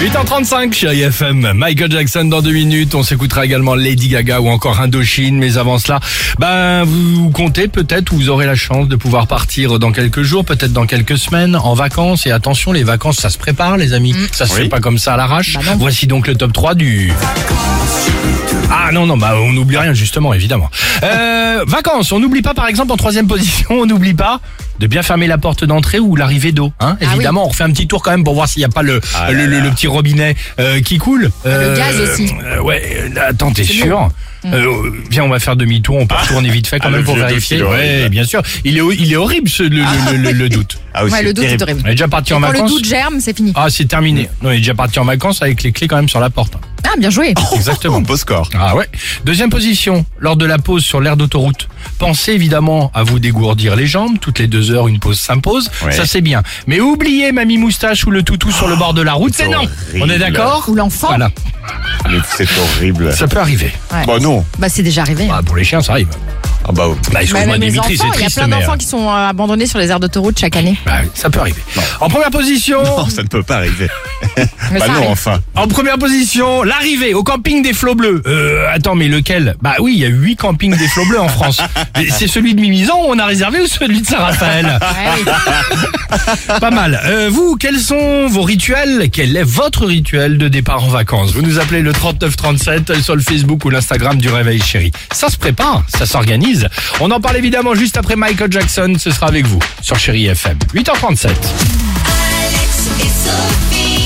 8h35, chérie FM. Michael Jackson dans deux minutes. On s'écoutera également Lady Gaga ou encore Indochine. Mais avant cela, ben, vous comptez peut-être ou vous aurez la chance de pouvoir partir dans quelques jours, peut-être dans quelques semaines, en vacances. Et attention, les vacances, ça se prépare, les amis. Ça se fait pas comme ça à l'arrache. Voici donc le top 3 du... Ah non, non, bah on n'oublie rien, justement, évidemment. Euh, vacances, on n'oublie pas, par exemple, en troisième position, on n'oublie pas de bien fermer la porte d'entrée ou l'arrivée d'eau. Hein, évidemment, on refait un petit tour quand même pour voir s'il n'y a pas le, Ah le, là le- là. Ah, le petit robinet euh, qui coule. Euh, gaz aussi. euh, ouais, euh, attends, t'es sûr Euh, Viens, on va faire demi-tour, on peut retourner vite fait quand Mm. Ah, même le pour vieux doute, vérifier. il est Ouais, horrible. bien sûr. Il est, il est horrible, ce, le, le- le- le doute. Ah oui, Ouais, c'est le doute terrible. est horrible. On est déjà parti en Quand le vacances. doute germe, c'est fini. Ah, c'est terminé. Mm. Non, il est déjà parti en vacances avec les clés quand même sur la porte. Ah, bien joué. Exactement. Oh, Beau score. Ah ouais. Deuxième position, lors de la pause sur l'aire d'autoroute, pensez évidemment à vous dégourdir les jambes. Toutes les deux heures, une pause s'impose. Ouais. Ça, c'est bien. Mais oubliez mamie moustache ou le toutou sur le bord de la route, c'est c'est non. On horrible. est d'accord Ou l'enfant. Voilà. Ah, Mais c'est horrible. Ça peut arriver. Ouais. Bah non. Bah, c'est déjà arrivé. Bah, pour les chiens, ça arrive. Ah bah, Bah, Bah, excuse-moi, même les Dimitri, c'est enfants, il y a triste, plein mais. d'enfants euh, qui sont euh, abandonnés sur les aires d'autoroute chaque année. bah, ça peut arriver. En première position. non, ça ne peut pas arriver. Mais bah ça non, arrive. enfin. En première position, l'arrivée au camping des Flots Bleus. Euh, attends, mais lequel Bah oui, il y a huit campings des Flots Bleus en France. Et C'est celui de Mimizan où on a réservé ou celui de Saint-Raphaël Ouais, oui. Pas mal. Euh, vous, quels sont vos rituels Quel est votre rituel de départ en vacances Vous nous appelez le 3937 sur le Facebook ou l'Instagram du Réveil Chéri. Ça se prépare, ça s'organise. On en parle évidemment juste après Michael Jackson. Ce sera avec vous sur Chéri FM. 8h37. Alex et Sophie.